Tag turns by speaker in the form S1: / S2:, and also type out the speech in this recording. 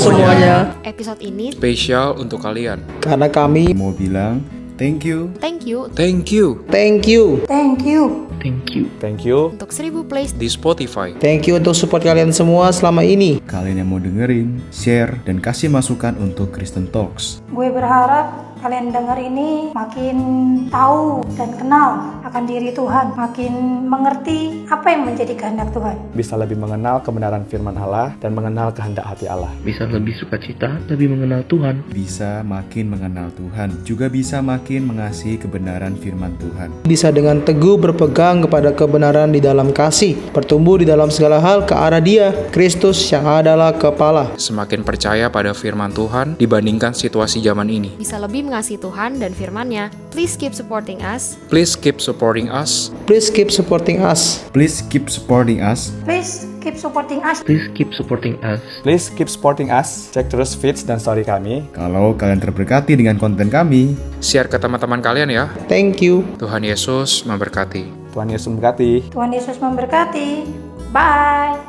S1: semuanya.
S2: Episode ini
S3: spesial untuk kalian.
S1: Karena kami
S4: mau bilang thank you.
S2: thank you
S3: Thank you
S1: thank you.
S2: untuk 1000 plays
S3: di Spotify.
S1: Thank you untuk support kalian semua selama ini.
S4: Kalian yang mau dengerin, share, dan kasih masukan untuk Kristen Talks.
S5: Gue berharap kalian dengar ini makin tahu dan kenal akan diri Tuhan, makin mengerti apa yang menjadi kehendak Tuhan.
S6: bisa lebih mengenal kebenaran firman Allah dan mengenal kehendak hati Allah.
S7: bisa lebih sukacita, lebih mengenal Tuhan.
S4: Bisa makin mengenal Tuhan, juga bisa makin mengasihi kebenaran firman Tuhan.
S1: Bisa dengan teguh berpegang kepada kebenaran di dalam kasih, bertumbuh di dalam segala hal ke arah Dia, Kristus yang adalah kepala.
S3: Semakin percaya pada firman Tuhan dibandingkan situasi zaman ini.
S2: bisa lebih mengasihi Tuhan dan firman-Nya. Please keep supporting us.
S3: Please keep supporting us.
S1: Please keep supporting us.
S4: Please keep supporting us.
S5: Please keep supporting us.
S7: Please keep supporting us.
S6: Please keep supporting us, cek terus feeds dan story kami.
S4: Kalau kalian terberkati dengan konten kami,
S3: Share ke teman-teman kalian ya.
S1: Thank you.
S3: Tuhan Yesus memberkati.
S6: Tuhan Yesus memberkati.
S5: Tuhan Yesus memberkati. Bye.